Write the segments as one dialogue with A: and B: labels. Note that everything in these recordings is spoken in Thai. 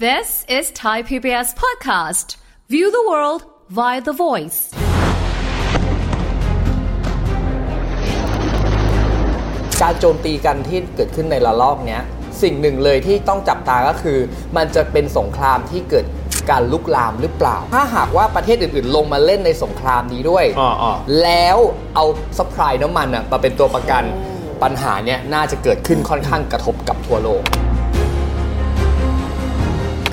A: This is Thai PBS Podcast. View the world via the voice.
B: การโจมตีกันที่เกิดขึ้นในระลอกเนี้ยสิ่งหนึ่งเลยที่ต้องจับตาก็คือ มันจะเป็นสงครามที่เกิดการลุกลามหรือเปล่า ถ้าหากว่าประเทศอื่นๆ ลงมาเล่นในสงครามนี้ด้วย
C: อ่าอ่า
B: แล้วเอาซัพพลายน้ำมันน่ะมาเป็นตัวประกันปัญหาเนี้ยน่าจะเกิดขึ้นค่อนข้างกระทบกับทั่วโลก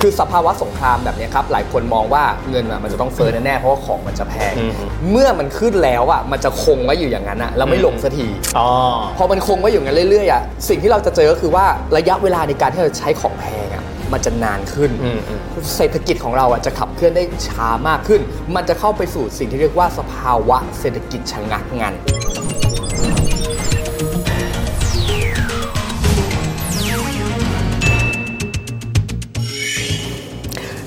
B: คือสภาวะสงครามแบบเนี้ยครับ หลายคนมองว่าเงินอะมันจะต้องเฟ้อแน่ๆเพราะว่าของมันจะแพง
C: อืม
B: เมื่อมันขึ้นแล้วอ่ะมันจะคงไว้อยู่อย่างนั้นอ่ะแล้วไม่ลงสักที
C: อ๋อ
B: พอมันคงไว้อย่างนั้นเรื่อยๆอ่ะสิ่งที่เราจะเจอก็คือว่าระยะเวลาในการที่เราใช้ของแพงอ่ะมันจะนานขึ้น
C: อืมอืม
B: เศรษฐกิจของเราอ่ะจะขับเคลื่อนได้ช้ามากขึ้น มันจะเข้าไปสู่สิ่งที่เรียกว่าสภาวะเศรษฐกิจชะงักงัน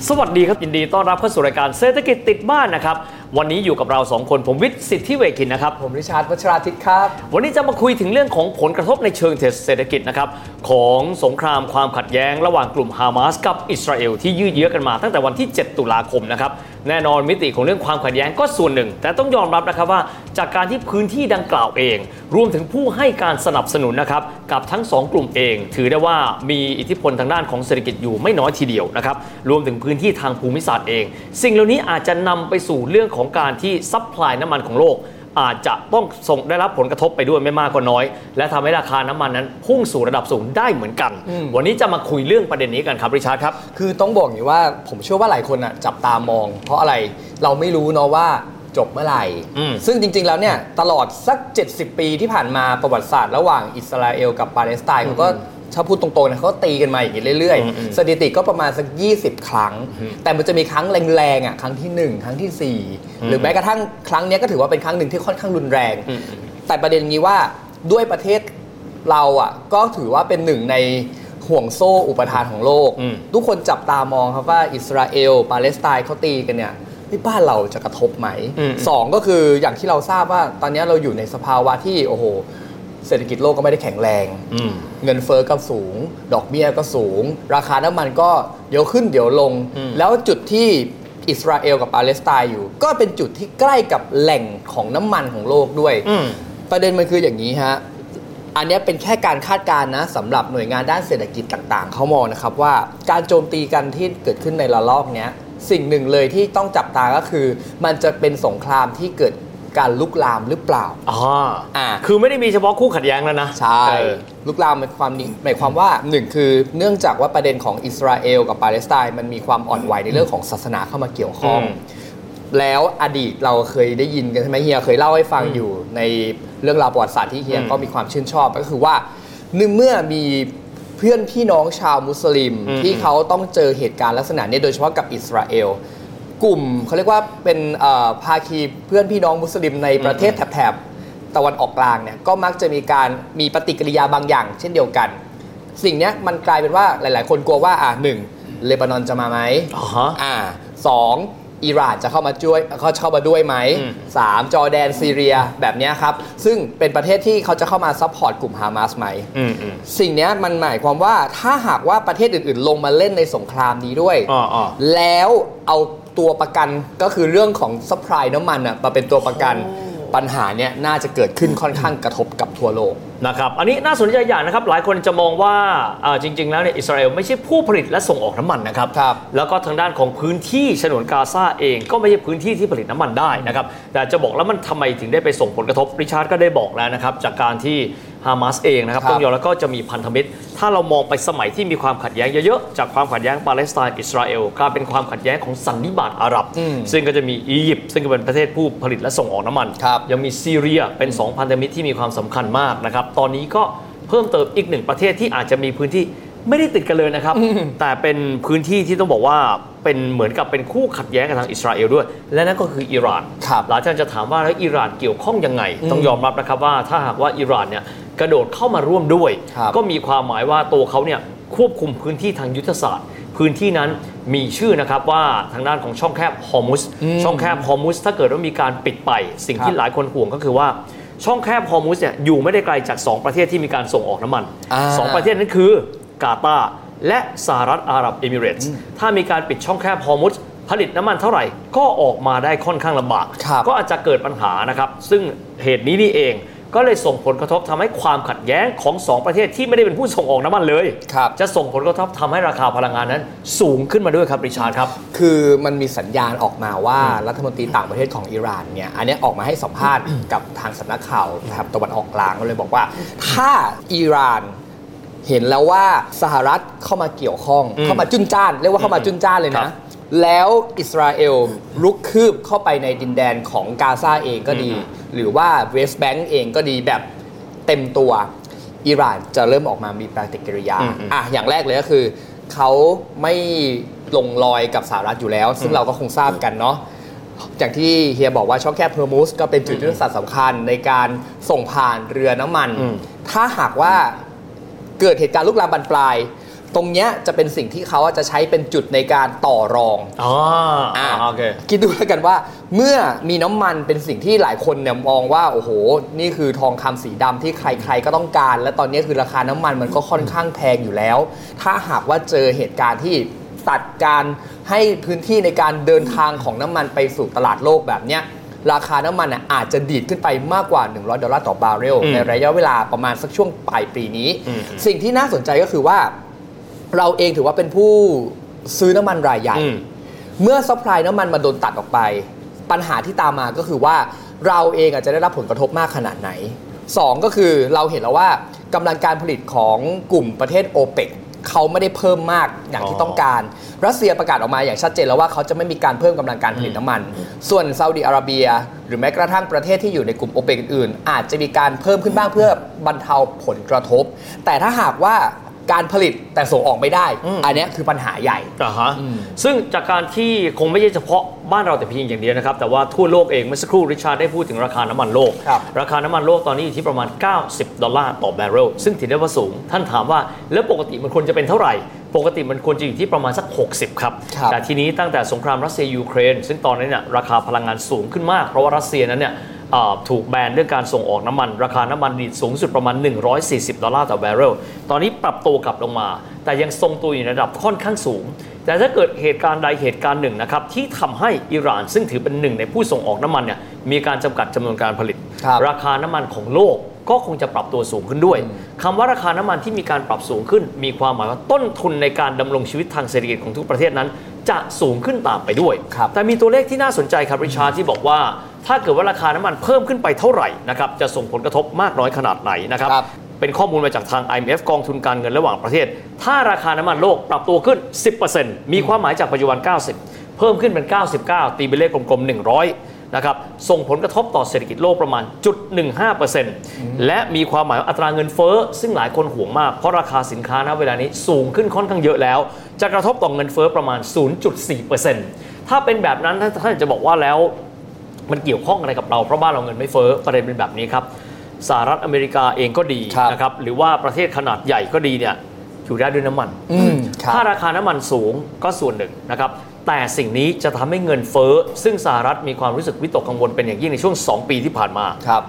C: สวัสดีครับยินดีต้อนรับเข้าสู่รายการเศรษฐกิจติดบ้านนะครับ วันนี้อยู่กับเราสองคนผมวิทย์สิทธิเวคินนะครับ
B: ผมริชาร์ดวัชราทิตย์ครับ
C: วันนี้จะมาคุยถึงเรื่องของผลกระทบในเชิงเศรษฐกิจนะครับ ของสงครามความขัดแย้งระหว่างกลุ่มฮามาสกับอิสราเอลที่ยืดเยื้อกันมาตั้งแต่วันที่ 7 ตุลาคมนะครับ แน่นอนมิติของเรื่องความขัดแย้งก็ส่วนหนึ่ง แต่ต้องยอมรับนะครับว่าจากการที่พื้นที่ดังกล่าวเอง รวมถึงผู้ให้การสนับสนุนนะครับ กับทั้งสองกลุ่มเอง ถือได้ว่ามีอิทธิพลทางด้านของเศรษฐกิจอยู่ไม่น้อยทีเดียวนะครับรวมถึงพื้นที่ทางภูมิศาสตร์เอง สิ่งเหล่านี้อาจจะนำไปสู่เรื่องของการที่ซัพพลายน้ำมันของโลก อาจจะต้องส่งได้รับผลกระทบไปด้วยไม่มากก็น้อย และทำให้ราคาน้ำมันนั้นพุ่งสู่ระดับสูงได้เหมือนกัน วันนี้จะมาคุยเรื่องประเด็นนี้กันครับริชาร์ดครับ
B: คือต้องบอกอย่างนี้ว่าผมเชื่อว่าหลายคนอ่ะจับตามอง เพราะอะไรเราไม่รู้เนาะว่าจบเมื่อไหร่
C: อืม
B: ซึ่งจริง ๆ แล้วเนี่ยตลอดสัก 70 ปีที่ผ่านมาประวัติศาสตร์ระหว่างอิสราเอลกับปาเลสไตน์เขาก็ถ้าพูดตรงๆนะเขาก็ตีกันมาอย่างนี้เรื่อย ๆ สถิติก็ประมาณสัก 20 ครั้ง แต่มันจะมีครั้งแรงๆอ่ะครั้งทีหนึ่1 ครั้งที่ 4 หรือแม้กระทั่งครั้งเนี้ยก็ถือว่าเป็นครั้งหนึ่งที่ค่อนข้างรุนแรง
C: อืม
B: แต่ประเด็นนี้ว่าด้วยประเทศเราอ่ะก็ถือว่าเป็นหนึ่งในห่วงโซ่อุปทานของโลก
C: อืม
B: ทุกคนจับตามองครับว่าอิสราเอล ปาเลสไตน์เขาตีกันเนี่ยที่บ้านเราจะกระทบไหม
C: อืม
B: สองก็คืออย่างที่เราทราบว่าตอนนี้เราอยู่ในสภาวะที่โอ้โห เศรษฐกิจโลกก็ไม่ได้แข็งแรง
C: อืม
B: เงินเฟอ้อก็สูง ดอกเบี้ยก็สูง ราคาน้ำมันก็เดี๋ยวขึ้นเดี๋ยวลง
C: อืม
B: แล้วจุดที่อิสราเอลกับปาเลสไตน์อยู่ ก็เป็นจุดที่ใกล้กับแหล่งของน้ำมันของโลกด้วย
C: อืม
B: ประเด็นมันคืออย่างนี้ฮะ อันเนี้ยเป็นแค่การคาดการณ์นะสำหรับหน่วยงานด้านเศรษฐกิจต่างๆ เขามองนะครับว่าการโจมตีกันที่เกิดขึ้นในระลอกเนี้ยสิ่งหนึ่งเลยที่ต้องจับตาก็คือ มันจะเป็นสงครามที่เกิดการลุกลามหรือเปล่า
C: อ่า
B: อ่า
C: คือไม่ได้มีเฉพาะคู่ขัดแย้งแล้วนะ
B: ใช่
C: เออ
B: ลุกลามหมายความนี้หมายความว่าหนึ่งคือเนื่องจากว่าประเด็นของอิสราเอลกับปาเลสไตน์มันมีความอ่อนไหวในเรื่องของศาสนาเข้ามาเกี่ยวข้อง
C: อืม
B: แล้วอดีตเราเคยได้ยินกันใช่ไหมเฮียเคยเล่าให้ฟัง
C: อืม
B: อยู่ในเรื่องราวประวัติศาสตร์ที่เฮีย
C: อืม
B: ก็มีความชื่นชอบก็คือว่าหนึ่งเมื่อมีเพื่อนพี่น้องชาวมุสลิม
C: อืม
B: ที่เขาต้องเจอเหตุการณ์ลักษณะเนี้ยโดยเฉพาะกับอิสราเอล กลุ่มเขาเรียกว่าเป็นเอ่อภาคีเพื่อนพี่น้องมุสลิมในประเทศแถบๆตะวันออกกลางเนี่ยก็มักจะมีการมีปฏิกิริยาบางอย่าง เช่นเดียวกัน สิ่งเนี้ยมันกลายเป็นว่าหลาย ๆ คนกลัวว่าอ่ะหนึ่งเลบานอนจะมาไหม
C: อ่าฮะ
B: อ่าสองอิหร่านจะเข้ามาช่วยเขาเข้ามาด้วยไหม
C: อืม
B: สามจอร์แดนซีเรียแบบเนี้ยครับ ซึ่งเป็นประเทศที่เขาจะเข้ามาซัพพอร์ตกลุ่มฮามาสไหม
C: อืมอืม
B: สิ่งเนี้ยมันหมายความว่าถ้าหากว่าประเทศอื่น ๆ ลงมาเล่นในสงครามนี้ด้วย
C: อ่าอ่า
B: แล้วเอาตัวประกันก็คือเรื่องของซัพพลายน้ำมันน่ะมาเป็นตัวประกันปัญหาเนี้ยน่าจะเกิดขึ้นค่อนข้างกระทบกับทั่วโลก
C: นะครับ อันนี้น่าสนใจอย่างนะครับ หลายคนจะมองว่าอ่าจริง ๆ แล้วเนี่ยอิสราเอลไม่ใช่ผู้ผลิตและส่งออกน้ำมันนะครับ
B: ครับ
C: แล้วก็ทางด้านของพื้นที่ฉนวนกาซาเองก็ไม่ใช่พื้นที่ที่ผลิตน้ำมันได้นะครับ แต่จะบอกแล้วมันทำไมถึงได้ไปส่งผลกระทบริชาร์ดก็ได้บอกแล้วนะครับ จากการที่ฮามาสเองนะครับ
B: ครับ
C: ต้องยอมแล้วก็จะมีพันธมิตร ถ้าเรามองไปสมัยที่มีความขัดแย้งเยอะๆ จากความขัดแย้งปาเลสไตน์อิสราเอลกลายเป็นความขัดแย้งของสันนิบาตอาหรับ
B: อืม
C: ซึ่งก็จะมีอียิปต์ซึ่งก็เป็นประเทศผู้ผลิตและส่งออกน้ำมัน
B: ครับ
C: ยังมีซีเรียเป็นสองพันธมิตรที่มีความสำคัญมากนะครับ ตอนนี้ก็เพิ่มเติมอีกหนึ่งประเทศที่อาจจะมีพื้นที่ไม่ได้ติดกันเลยนะครับ แต่เป็นพื้นที่ที่ต้องบอกว่าเป็นเหมือนกับเป็นคู่ขัดแย้งกับทางอิสราเอลด้วย และนั่นก็คืออิหร่าน
B: ครับ
C: หลายท่านจะถามว่าแล้วอิหร่านเกี่ยวข้องยังไง ต้องยอมรับนะครับว่าถ้าหากว่าอิหร่านเนี่ยกระโดดเข้ามาร่วมด้วย
B: ครับ
C: ก็มีความหมายว่าตัวเขาเนี่ยควบคุมพื้นที่ทางยุทธศาสตร์ พื้นที่นั้นมีชื่อนะครับว่าทางด้านของช่องแคบฮอร์มุส
B: อืม
C: ช่องแคบฮอร์มุสถ้าเกิดว่ามีการปิดไป สิ่ง
B: ค
C: ที่
B: รับ
C: หลายคนห่วงก็คือว่าช่องแคบฮอร์มุสเนี่ยอยู่ไม่ได้ไกลจากสองประเทศที่มีการส่งออกน้ำมัน
B: อ่า
C: สองประเทศนั้นคือกาตาร์ และสหรัฐอาหรับเอมิเรตส์ถ้ามีการปิดช่องแคบฮอร์มุสผลิตน้ำมันเท่าไหร่ ก็ออกมาได้ค่อนข้างลำบาก
B: ครับ
C: ก็อาจจะเกิดปัญหานะครับ ซึ่งเหตุนี้นี่เองก็เลยส่งผลกระทบทำให้ความขัดแย้งของสองประเทศที่ไม่ได้เป็นผู้ส่งออกน้ำมันเลย
B: ครับ
C: จะส่งผลกระทบทำให้ราคาพลังงานนั้น สูงขึ้นมาด้วยครับริชาร์ดครับ
B: คือมันมีสัญญาณออกมาว่ารัฐมนตรีต่างประเทศของอิหร่านเนี่ยอันเนี้ยออกมาให้สัมภาษณ์ กับทางสำนักข่าวนะครับตะวันออกกลางก็เลยบอกว่า ถ้าอิหร่านเห็นแล้วว่าสหรัฐเข้ามาเกี่ยวข้อง
C: อืม
B: เข้ามาจุนจ้าน เรียกว่าเข้ามาจุนจ้านเลย
C: ครั
B: นะ
C: บ
B: แล้วอิสราเอลลุกคืบเข้าไปในดินแดนของกาซาเองก็ดี
C: อืม
B: หรือว่าเวสต์แบงก์เองก็ดีแบบเต็มตัวอิหร่านจะเริ่มออกมามีปฏิกิริยา
C: อืมอืม
B: อ่ะอย่างแรกเลยก็คือ เขาไม่ลงรอยกับสหรัฐอยู่แล้ว ซึ่งเราก็คงทราบกันเนาะอย่างที่เฮียบอกว่าช่องแคบเฮอร์มูสก็เป็นจุดยุทธศาสตร์สำคัญในการส่งผ่านเรือน้ำมัน
C: อืม
B: ถ้าหากว่าเกิดเหตุการณ์ลุกลามบานปลาย ตรงเนี้ยจะเป็นสิ่งที่เขาจะใช้เป็นจุดในการต่อรอง
C: อ๋ออ่า
B: อ่ะ
C: โอเค
B: คิดดูแล้วกันว่าเมื่อมีน้ำมันเป็นสิ่งที่หลายคนเนี่ยมองว่า โอ้โห นี่คือทองคำสีดำที่ใครๆก็ต้องการ และตอนนี้คือราคาน้ำมันมันก็ค่อนข้างแพงอยู่แล้ว ถ้าหากว่าเจอเหตุการณ์ที่ตัดการให้พื้นที่ในการเดินทางของน้ำมันไปสู่ตลาดโลกแบบเนี้ยราคาน้ำมันน่ะอาจจะดีดขึ้นไปมากกว่า 100 ดอลลาร์ต่อบาร์เรล
C: อืม
B: ในระยะเวลาประมาณสักช่วงปลายปีนี้
C: อืม
B: สิ่งที่น่าสนใจก็คือว่า เราเองถือว่าเป็นผู้ซื้อน้ำมันรายใหญ่
C: อืม
B: เมื่อซัพพลายน้ำมันมันโดนตัดออกไป ปัญหาที่ตามมาก็คือว่าเราเองอาจจะได้รับผลกระทบมากขนาดไหน 2 ก็คือเราเห็นแล้วว่ากำลังการผลิตของกลุ่มประเทศโอเปกเขาไม่ได้เพิ่มมากอย่างที่
C: อ๋อ
B: ต้องการ รัสเซียประกาศออกมาอย่างชัดเจนแล้วว่าเขาจะไม่มีการเพิ่มกำลังการผลิตน้ำมัน ส่วนซาอุดิอาระเบีย หรือแม้กระทั่งประเทศที่อยู่ในกลุ่มโอเปกอื่นๆอาจจะมีการเพิ่มขึ้นบ้างเพื่อบรรเทาผลกระทบ แต่ถ้าหากว่าการผลิตแต่ส่งออกไม่ได้ อันเนี้ยคือปัญหาใหญ่
C: อ่าฮะ
B: อืม
C: ซึ่งจากการที่คงไม่ใช่เฉพาะบ้านเราแต่เพียงอย่างเดียวนะครับ แต่ว่าทั่วโลกเองเมื่อสักครู่ริชาร์ดได้พูดถึงราคาน้ำมันโลก
B: ครับ
C: ราคาน้ำมันโลกตอนนี้อยู่ที่ประมาณ 90 ดอลลาร์ต่อแบเรลซึ่งถือได้ว่าสูง ท่านถามว่าแล้วปกติมันควรจะเป็นเท่าไหร่ ปกติมันควรจะอยู่ที่ประมาณสัก 60 ครับ
B: ครับ
C: แต่ทีนี้ตั้งแต่สงครามรัสเซียยูเครน ซึ่งตอนนี้เนี่ยราคาพลังงานสูงขึ้นมาก เพราะว่ารัสเซียนั้นเนี่ยอ่าถูกแบนเรื่องการส่งออกน้ำมัน ราคาน้ำมันดีดสูงสุดประมาณ 140 ดอลลาร์ต่อแบเรลตอนนี้ปรับตัวกลับลงมา แต่ยังทรงตัวอยู่ในระดับค่อนข้างสูง แต่ถ้าเกิดเหตุการณ์ใดเหตุการณ์หนึ่งนะครับที่ทำให้อิหร่าน ซึ่งถือเป็นหนึ่งในผู้ส่งออกน้ำมันเนี่ยมีการจำกัดจำนวนการผลิต
B: ครับ
C: ราคาน้ำมันของโลกก็คงจะปรับตัวสูงขึ้นด้วยคำว่าราคาน้ำมันที่มีการปรับสูงขึ้น มีความหมายว่าต้นทุนในการดำรงชีวิตทางเศรษฐกิจของทุกประเทศนั้น จะสูงขึ้นตามไปด้วย
B: ครับ
C: แต่มีตัวเลขที่น่าสนใจครับริชาร์ดที่บอกว่า ถ้าเกิดว่าราคาน้ำมันเพิ่มขึ้นไปเท่าไหร่นะครับจะส่งผลกระทบมากน้อยขนาดไหนนะครับ
B: ครับ
C: เป็นข้อมูลมาจากทาง IMF กองทุนการเงินระหว่างประเทศ ถ้าราคาน้ำมันโลกปรับตัวขึ้น 10%มีความหมายจากปัจจุบัน 90 เพิ่มขึ้นเป็น 99 ตีเป็นเลขกลมๆ 100 นะครับ ส่งผลกระทบต่อเศรษฐกิจโลกประมาณ 0.15%และมีความหมายว่าอัตราเงินเฟ้อ ซึ่งหลายคนห่วงมาก เพราะราคาสินค้าณเวลานี้สูงขึ้นค่อนข้างเยอะแล้ว จะกระทบต่อเงินเฟ้อประมาณ 0.4%ถ้าเป็นแบบนั้นท่านจะบอกว่าแล้ว มันเกี่ยวข้องอะไรกับเรา เพราะบ้านเราเงินไม่เฟ้อประเด็นเป็นแบบนี้ครับสหรัฐอเมริกาเองก็ดี
B: ครับ
C: นะครับหรือว่าประเทศขนาดใหญ่ก็ดีเนี่ยอยู่ได้ด้วยน้ำมัน
B: อืมครับ
C: ถ้าราคาน้ำมันสูงก็ส่วนหนึ่งนะครับ แต่สิ่งนี้จะทำให้เงินเฟ้อ ซึ่งสหรัฐมีความรู้สึกวิตกกังวลเป็นอย่างยิ่งในช่วง 2 ปีที่ผ่านมา
B: ครับ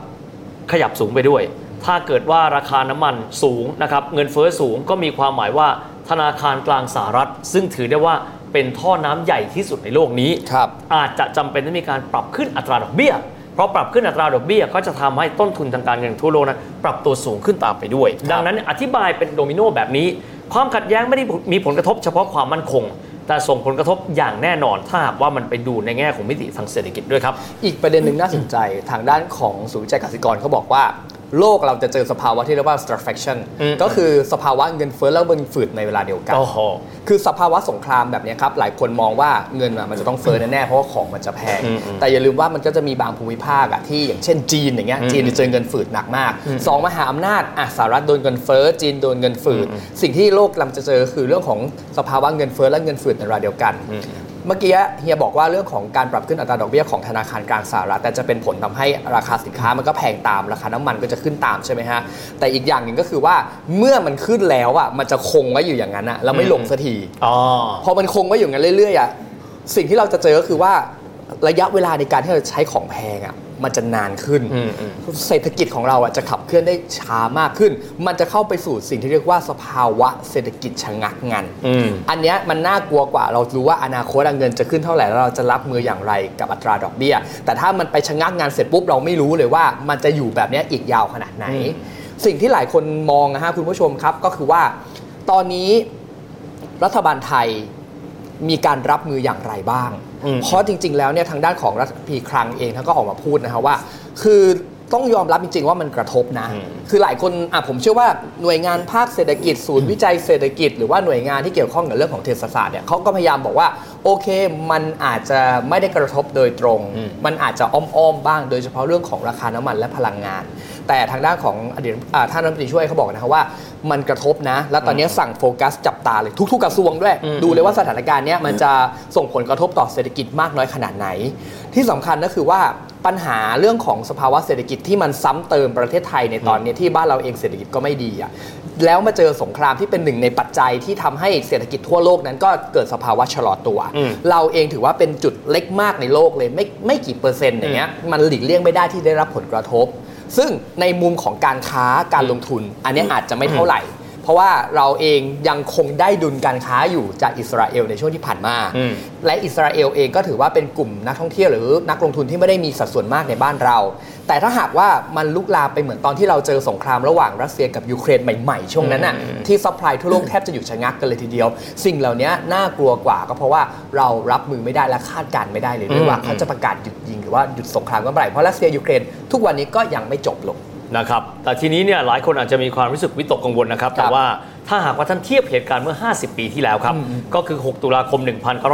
C: ขยับสูงไปด้วย ถ้าเกิดว่าราคาน้ำมันสูงนะครับ เงินเฟ้อสูงก็มีความหมายว่าธนาคารกลางสหรัฐ ซึ่งถือได้ว่าเป็นท่อน้ำใหญ่ที่สุดในโลกนี้
B: ครับ
C: อาจจะจำเป็นต้องมีการปรับขึ้นอัตราดอกเบี้ย เพราะปรับขึ้นอัตราดอกเบี้ยก็จะทำให้ต้นทุนทางการเงินทั่วโลกนั้นปรับตัวสูงขึ้นตามไปด้วย ดังนั้นอธิบายเป็นโดมิโนแบบนี้ ความขัดแย้งไม่ได้มีผลกระทบเฉพาะความมั่นคง แต่ส่งผลกระทบอย่างแน่นอนถ้าหากว่ามันไปดูในแง่ของมิติทางเศรษฐกิจด้วยครับ
B: อีกประเด็นหนึ่งน่าสนใจทางด้านของศูนย์วิจัยกสิกรเขาบอกว่า โลกเราจะเจอสภาวะที่เรียกว่า stagflation
C: อืม
B: ก็คือสภาวะเงินเฟ้อและเงินฝืดในเวลาเดียวกัน
C: โอ้โห
B: คือสภาวะสงครามแบบเนี้ยครับ หลายคนมองว่าเงินอะมันจะต้องเฟ้อแน่ๆเพราะว่าของมันจะแพง
C: อืมอืม
B: แต่อย่าลืมว่ามันก็จะมีบางภูมิภาคอะที่อย่างเช่นจีนอย่างเงี้ย
C: อืม
B: จีนจะเจอเงินฝืดหนักมากสองมหาอำนาจอะสหรัฐโดนเงินเฟ้อจีนโดนเงินฝืด สิ่งที่โลกกำลังจะเจอคือเรื่องของสภาวะเงินเฟ้อและเงินฝืดในเวลาเดียวกัน
C: อืม
B: เมื่อกี้เฮียบอกว่าเรื่องของการปรับขึ้นอัตราดอกเบี้ยของธนาคารกลางสหรัฐแต่จะเป็นผลทำให้ราคาสินค้ามันก็แพงตามราคาน้ำมันก็จะขึ้นตามใช่ไหมฮะแต่อีกอย่างหนึ่งก็คือว่าเมื่อมันขึ้นแล้วอ่ะมันจะคงไว้อยู่อย่างนั้นอ่ะแล้วไม่ลงสักที
C: อ๋อ
B: พอมันคงไว้อยู่งั้นเรื่อยๆอ่ะสิ่งที่เราจะเจอก็คือว่า ระยะเวลาในการที่เราใช้ของแพงอ่ะมันจะนานขึ้น
C: อืมอืม
B: เศรษฐกิจของเราอ่ะจะขับเคลื่อนได้ช้ามากขึ้น มันจะเข้าไปสู่สิ่งที่เรียกว่าสภาวะเศรษฐกิจชะงักงัน
C: อืม
B: อันเนี้ยมันน่ากลัวกว่าเรารู้ว่าอนาคตอะเงินจะขึ้นเท่าไหร่แล้วเราจะรับมืออย่างไรกับอัตราดอกเบี้ย แต่ถ้ามันไปชะงักงานเสร็จปุ๊บเราไม่รู้เลยว่ามันจะอยู่แบบเนี้ยอีกยาวขนาดไหน
C: อืม
B: สิ่งที่หลายคนมองนะฮะคุณผู้ชมครับก็คือว่า ตอนนี้รัฐบาลไทยมีการรับมืออย่างไรบ้าง
C: อืม
B: เพราะจริง ๆ แล้วเนี่ยทางด้านของรัฐพีคลังเองท่านก็ออกมาพูดนะฮะว่า คือต้องยอมรับจริง ๆ ว่ามันกระทบนะ
C: อืม
B: คือหลายคนอ่ะผมเชื่อว่าหน่วยงานภาคเศรษฐกิจ ศูนย์วิจัยเศรษฐกิจ หรือว่าหน่วยงานที่เกี่ยวข้องกับเรื่องของเศรษฐศาสตร์เนี่ยเขาก็พยายามบอกว่า โอเค มันอาจจะไม่ได้กระทบโดยตรง
C: อืม
B: มันอาจจะอ้อมๆบ้าง โดยเฉพาะเรื่องของราคาน้ำมันและพลังงาน แต่ทางด้านของอดีตอ่าท่านรัฐมนตรีช่วยเขาบอกนะครับว่า มันกระทบนะ และตอนนี้สั่งโฟกัสจับตาเลยทุก ๆ กระทรวงด้วย
C: อืม
B: ดูเลยว่าสถานการณ์เนี้ยมันจะส่งผลกระทบต่อเศรษฐกิจมากน้อยขนาดไหน ที่สำคัญก็คือว่าปัญหาเรื่องของสภาวะเศรษฐกิจที่มันซ้ำเติมประเทศไทยในตอนเนี้ยที่บ้านเราเองเศรษฐกิจก็ไม่ดีอ่ะแล้วมาเจอสงครามที่เป็นหนึ่งในปัจจัยที่ทำให้เศรษฐกิจทั่วโลกนั้นก็เกิดสภาวะชะลอตัว
C: อืม
B: เราเองถือว่าเป็นจุดเล็กมากในโลกเลยไม่ไม่กี่เปอร์เซ็นต์อย่างเงี้ยมันหลีกเลี่ยงไม่ได้ที่ได้รับผลกระทบ ซึ่งในมุมของการค้าการลงทุน อันเนี้ยอาจจะไม่เท่าไหร่ เพราะว่าเราเองยังคงได้ดุลการค้าอยู่จากอิสราเอลในช่วงที่ผ่านมา
C: อืม
B: และอิสราเอลเองก็ถือว่าเป็นกลุ่มนักท่องเที่ยวหรือนักลงทุนที่ไม่ได้มีสัดส่วนมากในบ้านเรา แต่ถ้าหากว่ามันลุกลามไปเหมือนตอนที่เราเจอสงครามระหว่างรัสเซียกับยูเครนใหม่ๆ ช่วงนั้นน่ะที่ซัพพลายทั่วโลกแทบจะหยุดชะงักกันเลยทีเดียว สิ่งเหล่านี้น่ากลัวกว่าก็เพราะว่าเรารับมือไม่ได้และคาดการณ์ไม่ได้เลยด้วยว่าเขาจะประกาศหยุดยิงหรือว่าหยุดสงครามกันเมื่อไหร่เพราะรัสเซียยูเครนทุกวันนี้ก็ยังไม่จบลง
C: นะครับ แต่ทีนี้เนี่ยหลายคนอาจจะมีความรู้สึกวิตกกังวลนะครับ
B: ครับ
C: แต่ว่าถ้าหากว่าท่านเทียบเหตุการณ์เมื่อ 50 ปีที่แล้วครับ
B: อืม
C: ก็คือ 6 ตุลาคม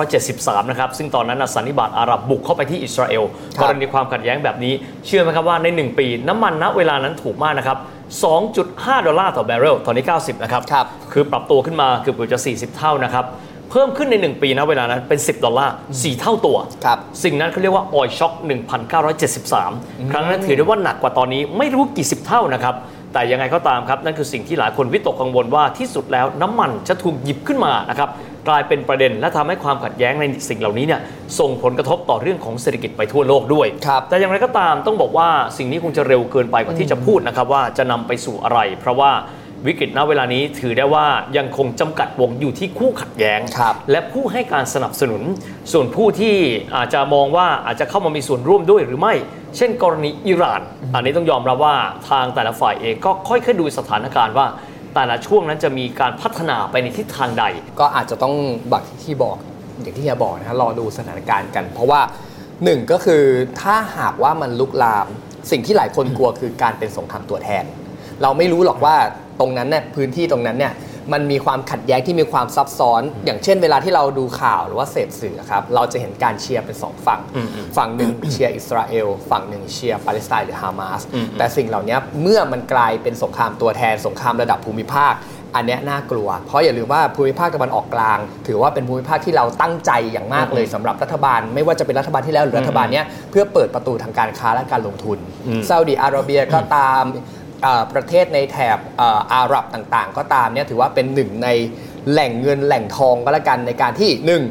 C: 1973 นะครับ ซึ่งตอนนั้นน่ะสันนิบาตอาหรับบุกเข้าไปที่อิสราเอล
B: ครับ
C: กรณีความขัดแย้งแบบนี้ เชื่อไหมครับว่าใน 1 ปี น้ำมันณเวลานั้นถูกมากนะครับ 2.5 ดอลลาร์ต่อแบเรลตอนนี้ 90 นะครับ
B: ครับ
C: คือปรับตัวขึ้นมาเกือบๆจะ 40 เท่านะครับ เพิ่มขึ้นใน 1 ปีนะเวลานั้นเป็น 10 ดอลลาร์ 4 เท่าตัว
B: ครับ
C: สิ่งนั้นเขาเรียกว่าออยช็อ k 1973 ครั้งนั้นถือได้ว่าหนักกว่าตอนนี้ไม่รู้กี่สิบเท่านะครับ แต่ยังไงก็ตามครับ นั่นคือสิ่งที่หลายคนวิตกกังวลว่าที่สุดแล้วน้ำมันจะถูกหยิบขึ้นมานะครับกลายเป็นประเด็นและทำให้ความขัดแย้งในสิ่งเหล่านี้เนี่ยส่งผลกระทบต่อเรื่องของเศรษฐกิจไปทั่วโลกด้วย
B: ครับ
C: แต่อย่างไรก็ตามต้องบอกว่าสิ่งนี้คงจะเร็วเกินไปกว่าที่จะพูดนะครับว่าจะนำไปสู่อะไร เพราะว่าวิกฤตณเวลานี้ถือได้ว่ายังคงจำกัดวงอยู่ที่คู่ขัดแย้ง
B: ครับ
C: และผู้ให้การสนับสนุน ส่วนผู้ที่อาจจะมองว่าอาจจะเข้ามามีส่วนร่วมด้วยหรือไม่ เช่นกรณีอิหร่าน อันนี้ต้องยอมรับว่าทางแต่ละฝ่ายเองก็ค่อยๆดูสถานการณ์ว่า แต่ละช่วงนั้นจะมีการพัฒนาไปในทิศทางใด
B: ก็อาจจะต้องบักที่บอกอย่างที่เฮียบอกนะฮะรอดูสถานการณ์กัน เพราะว่าหนึ่งก็คือถ้าหากว่ามันลุกลาม สิ่งที่หลายคนกลัวคือการเป็นสงครามตัวแทน เราไม่รู้หรอกว่าตรงนั้นเนี่ยพื้นที่ตรงนั้นเนี่ยมันมีความขัดแย้งที่มีความซับซ้อน อย่างเช่นเวลาที่เราดูข่าวหรือว่าเสพสื่อครับเราจะเห็นการเชียร์เป็นสองฝั่ง ฝั่งหนึ่งเชียร์อิสราเอลฝั่งหนึ่งเชียร์ปาเลสไตน์หรือฮามาส
C: อืม
B: แต่สิ่งเหล่านี้เมื่อมันกลายเป็นสงครามตัวแทน สงครามระดับภูมิภาค อันเนี้ยน่ากลัว เพราะอย่าลืมว่าภูมิภาคตะวันออกกลาง ถือว่าเป็นภูมิภาคที่เราตั้งใจอย่างมากเลยสำหรับรัฐบาล ไม่ว่าจะเป็นรัฐบาลที่แล้วหรือรัฐบาลเนี้ยเพื่อเปิดประตูทางการค้าและการลงทุนซาอุดีอาระเบียก็ตามเอ่อประเทศในแถบเอ่ออาหรับต่างๆ ก็ตามเนี่ยถือว่าเป็นหนึ่งในแหล่งเงินแหล่งทองก็แล้วกันในการที่หนึ่ง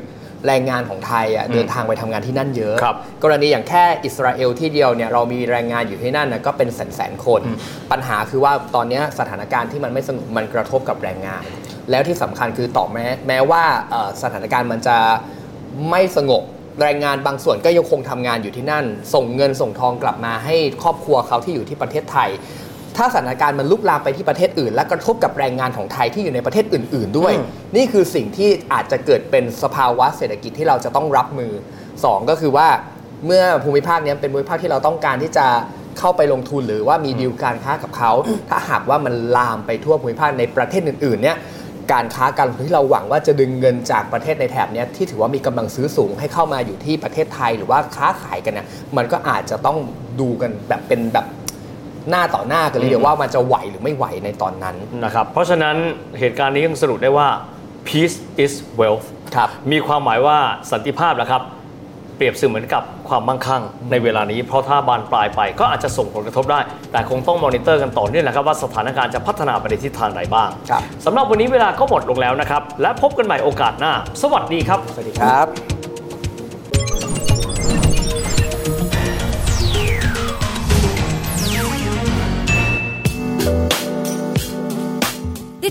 B: แรงงานของไทยอ่ะเดินทางไปทำงานที่นั่นเยอะ
C: ครับ
B: กรณีอย่างแค่อิสราเอลที่เดียวเนี่ยเรามีแรงงานอยู่ที่นั่นนะก็เป็นแสนแสนๆคน ปัญหาคือว่าตอนเนี้ยสถานการณ์ที่มันไม่สงบมันกระทบกับแรงงาน แล้วที่สำคัญคือต่อแม้แม้ว่าเอ่อสถานการณ์มันจะไม่สงบแรงงานบางส่วนก็ยังคงทำงานอยู่ที่นั่น ส่งเงินส่งทองกลับมาให้ครอบครัวเขาที่อยู่ที่ประเทศไทย ถ้าสถานการณ์มันลุกลามไปที่ประเทศอื่น และกระทบกับแรงงานของไทยที่อยู่ในประเทศอื่น ๆ ด้วย นี่คือสิ่งที่อาจจะเกิดเป็นสภาวะเศรษฐกิจที่เราจะต้องรับมือสองก็คือว่า เมื่อภูมิภาคเนี้ยเป็นภูมิภาคที่เราต้องการที่จะเข้าไปลงทุนหรือว่ามีดีลการค้ากับเขา ถ้าหากว่ามันลามไปทั่วภูมิภาคในประเทศอื่นๆเนี่ยการค้าการลงทุนที่เราหวังว่าจะดึงเงินจากประเทศในแถบเนี้ยที่ถือว่ามีกำลังซื้อสูงให้เข้ามาอยู่ที่ประเทศไทยหรือว่าค้าขายกันเนี่ยมันก็อาจจะต้องดูกันแบบเป็นแบบหน้าต่อหน้ากันเลยเดี๋ยวว่ามันจะไหวหรือไม่ไหวในตอนนั้น
C: นะครับ เพราะฉะนั้นเหตุการณ์นี้ยังสรุปได้ว่า peace is wealth
B: ครับ
C: มีความหมายว่าสันติภาพนะครับ เปรียบเสมือนกับความมั่งคั่งในเวลานี้ เพราะถ้าบานปลายไปก็อาจจะส่งผลกระทบได้ แต่คงต้องมอนิเตอร์กันต่อเนื่องนะครับว่าสถานการณ์จะพัฒนาไปในทิศทางใดบ้าง
B: ครับ
C: สำหรับวันนี้เวลาก็หมดลงแล้วนะครับ และพบกันใหม่โอกาสหน้า สวัสดีครับ
B: สวัสดีครับ
D: ติ